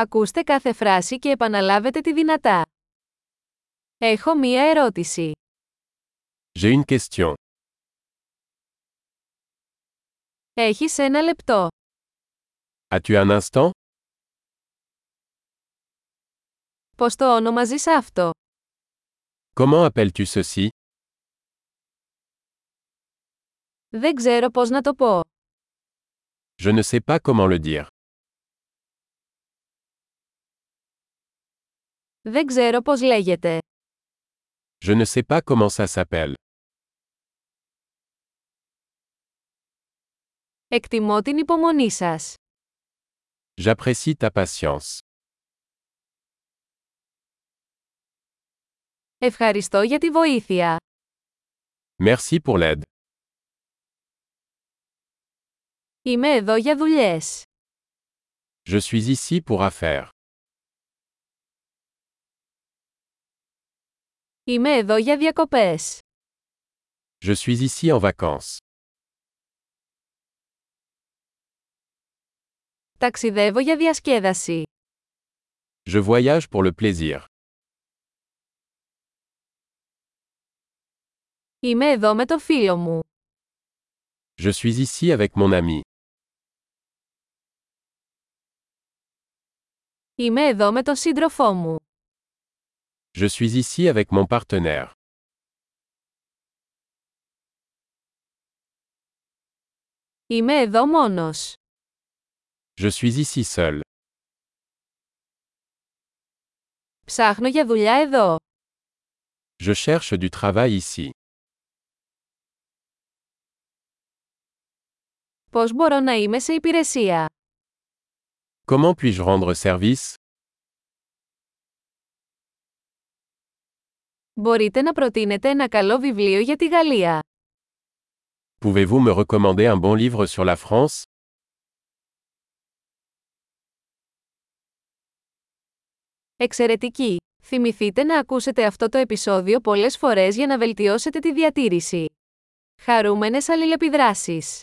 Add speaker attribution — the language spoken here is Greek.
Speaker 1: Ακούστε κάθε φράση και επαναλάβετε τη δυνατά. Έχω μία ερώτηση.
Speaker 2: J'ai une question.
Speaker 1: Έχεις ένα λεπτό.
Speaker 2: As-tu un instant
Speaker 1: Πώς το ονομαζείς αυτό.
Speaker 2: Comment appelles-tu ceci
Speaker 1: Δεν ξέρω πώς να το πω.
Speaker 2: Je ne sais pas comment le dire.
Speaker 1: Δεν ξέρω πώς λέγεται.
Speaker 2: Je ne sais pas comment ça s'appelle.
Speaker 1: Εκτιμώ την υπομονή σας.
Speaker 2: J'apprécie ta patience.
Speaker 1: Ευχαριστώ για τη βοήθεια.
Speaker 2: Merci pour l'aide.
Speaker 1: Είμαι εδώ για δουλειές.
Speaker 2: Je suis ici pour affaires.
Speaker 1: Είμαι εδώ για διακοπές.
Speaker 2: Je suis ici en vacances.
Speaker 1: Ταξιδεύω για διασκέδαση.
Speaker 2: Je voyage pour le plaisir.
Speaker 1: Είμαι εδώ με το φίλο μου.
Speaker 2: Je suis ici avec mon ami.
Speaker 1: Είμαι εδώ με τον σύντροφό μου.
Speaker 2: Je suis ici avec mon partenaire.
Speaker 1: Είμαι εδώ μόνος.
Speaker 2: Je suis ici seul.
Speaker 1: Ψάχνω για δουλειά εδώ.
Speaker 2: Je cherche du travail ici.
Speaker 1: Πώς μπορώ να είμαι σε υπηρεσία.
Speaker 2: Comment puis-je rendre service
Speaker 1: Μπορείτε να προτείνετε ένα καλό βιβλίο για τη Γαλλία.
Speaker 2: Pouvez-vous me recommander un bon livre sur la France
Speaker 1: Εξαιρετική! Θυμηθείτε να ακούσετε αυτό το επεισόδιο πολλές φορές για να βελτιώσετε τη διατήρηση. Χαρούμενες αλληλεπιδράσεις!